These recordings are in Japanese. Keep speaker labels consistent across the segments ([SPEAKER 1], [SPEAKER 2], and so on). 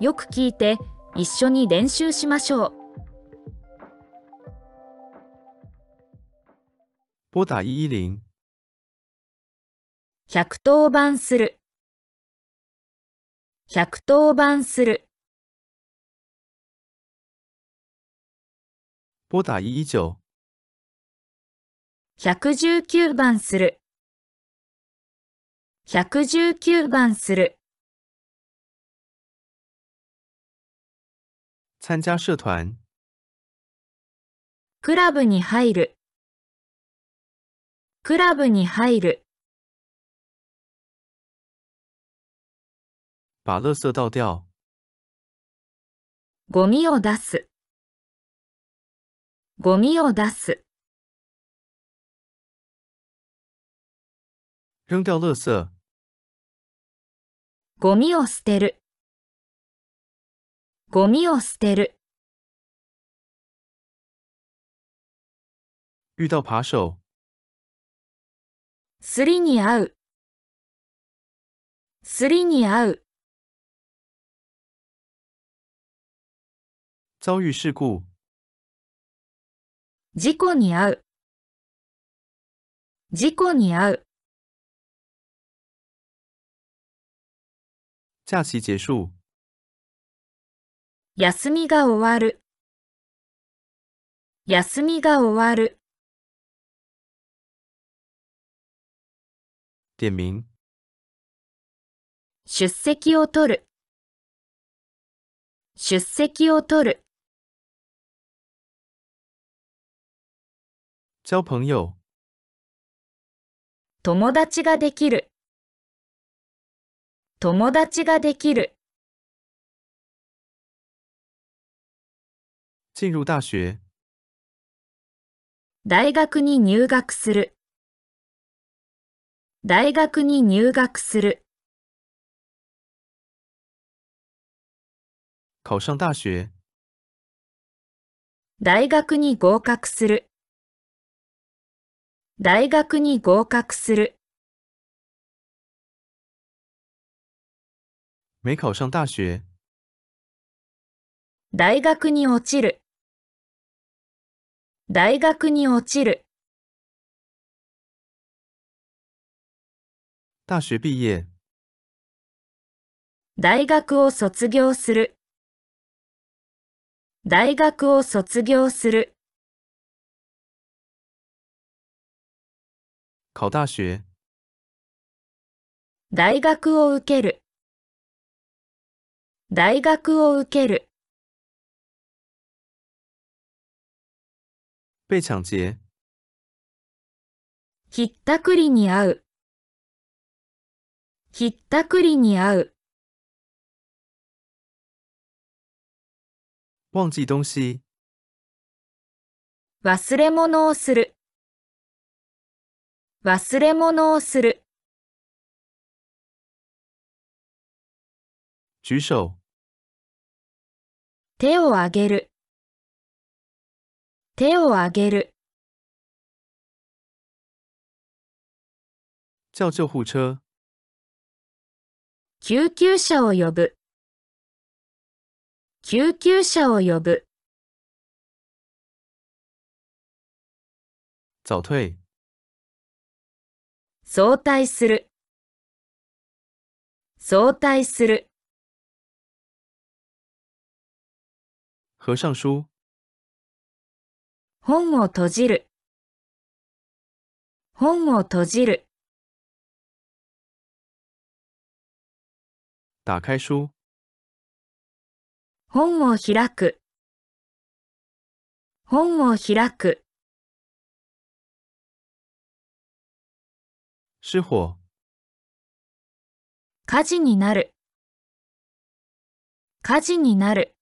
[SPEAKER 1] よく聞いて一緒に練習しましょう
[SPEAKER 2] 拨打一一零，
[SPEAKER 1] 110番する110番する
[SPEAKER 2] 拨打一一九，
[SPEAKER 1] 119番する119番する
[SPEAKER 2] 参加社团，
[SPEAKER 1] クラブに入るクラブに入る
[SPEAKER 2] 把垃圾倒掉，
[SPEAKER 1] ゴミを出すゴミを出す
[SPEAKER 2] 扔掉垃圾，
[SPEAKER 1] ゴミを捨てるゴミを捨てる
[SPEAKER 2] 遇到扒手，
[SPEAKER 1] すりに合うすりに合う
[SPEAKER 2] 遭遇事故，
[SPEAKER 1] 事故に遭う事故に遭う
[SPEAKER 2] 假期结束，
[SPEAKER 1] 休みが終わる休みが終わる
[SPEAKER 2] 点名，
[SPEAKER 1] 出席を取る出席を取る
[SPEAKER 2] 交朋友，
[SPEAKER 1] 友達ができる友達ができる
[SPEAKER 2] 进入大学，
[SPEAKER 1] 大学に入学する大学に入学する
[SPEAKER 2] 考上大学，
[SPEAKER 1] 大学に合格する大学に合格する
[SPEAKER 2] 没考上大学，
[SPEAKER 1] 大学に落ちる大学に落ちる
[SPEAKER 2] 大学毕业，
[SPEAKER 1] 大学を卒業する大学を卒業する
[SPEAKER 2] 考大学，
[SPEAKER 1] 大学を受ける大学を受ける
[SPEAKER 2] 被抢劫，
[SPEAKER 1] ひったくりに会うひったくりに会う
[SPEAKER 2] 忘记东西，
[SPEAKER 1] 忘れ物をする忘れ物をする
[SPEAKER 2] 举手，
[SPEAKER 1] 手を挙げる手を挙げる
[SPEAKER 2] 叫救护车，
[SPEAKER 1] 救急車を呼ぶ救急車を呼ぶ
[SPEAKER 2] 早退，
[SPEAKER 1] 早退する早退する
[SPEAKER 2] 合上书，
[SPEAKER 1] 本を閉じる本を閉じる
[SPEAKER 2] 打开书，
[SPEAKER 1] 本を開く本を開く
[SPEAKER 2] 失火，
[SPEAKER 1] 火事になる火事になる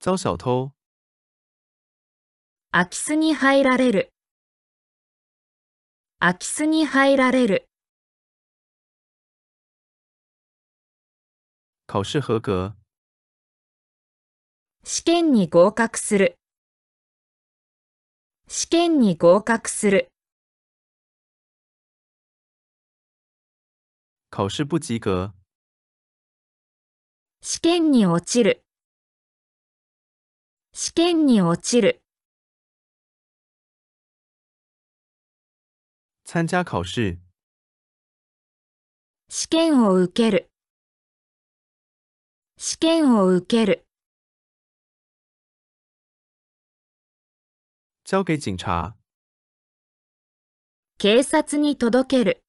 [SPEAKER 2] 遭小偷，
[SPEAKER 1] 空き巣に入られる空き巣に入られる
[SPEAKER 2] 考试合格，
[SPEAKER 1] 試験に合格する試験に合格する
[SPEAKER 2] 考试不及格、
[SPEAKER 1] 試験に落ちる。試験に落ちる。
[SPEAKER 2] 参加考试、
[SPEAKER 1] 試験を受ける。試験を受ける。
[SPEAKER 2] 交给警察、
[SPEAKER 1] 警察に届ける。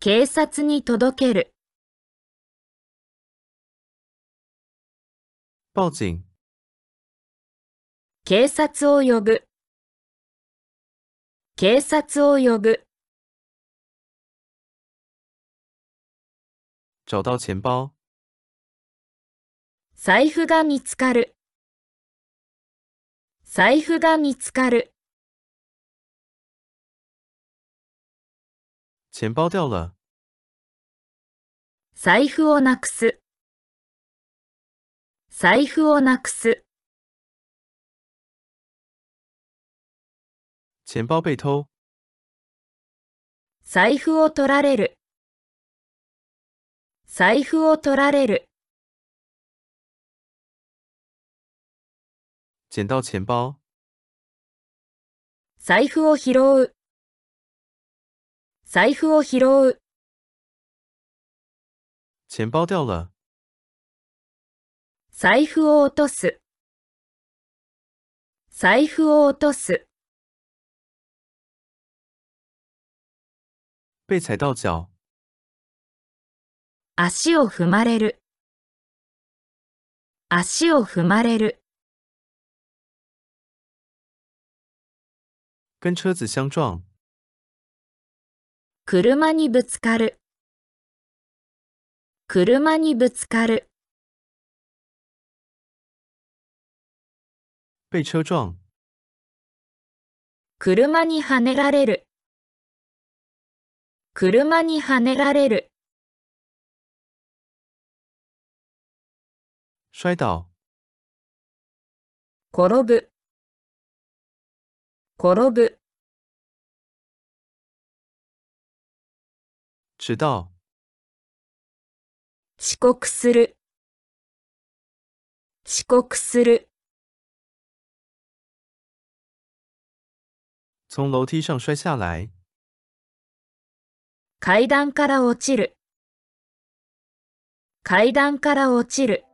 [SPEAKER 1] 警察に届ける。
[SPEAKER 2] 报警、
[SPEAKER 1] 警察を呼ぶ。警察を呼ぶ。
[SPEAKER 2] 找到钱包、
[SPEAKER 1] 財布が見つかる。財布が見つかる。
[SPEAKER 2] 钱包掉了、
[SPEAKER 1] 財布をなくす。財布をなくす。
[SPEAKER 2] 钱包被偷、
[SPEAKER 1] 財布を取られる。財布を取られる。
[SPEAKER 2] 捡到钱包、
[SPEAKER 1] 財布を拾う。財布を拾う。
[SPEAKER 2] 钱包掉了、
[SPEAKER 1] 財布を落とす。財布を落とす。
[SPEAKER 2] 被踩到脚、
[SPEAKER 1] 足を踏まれる。足を踏まれる。
[SPEAKER 2] 跟车子相撞、
[SPEAKER 1] 車にぶつかる。車にぶつかる。
[SPEAKER 2] 被车撞、
[SPEAKER 1] 車にはねられる。車にはねられる。
[SPEAKER 2] 摔倒、
[SPEAKER 1] 転ぶ。転ぶ。
[SPEAKER 2] 迟到、
[SPEAKER 1] 遅刻する。遅刻する。
[SPEAKER 2] 从楼梯上摔下来、
[SPEAKER 1] 階段から落ちる。階段から落ちる。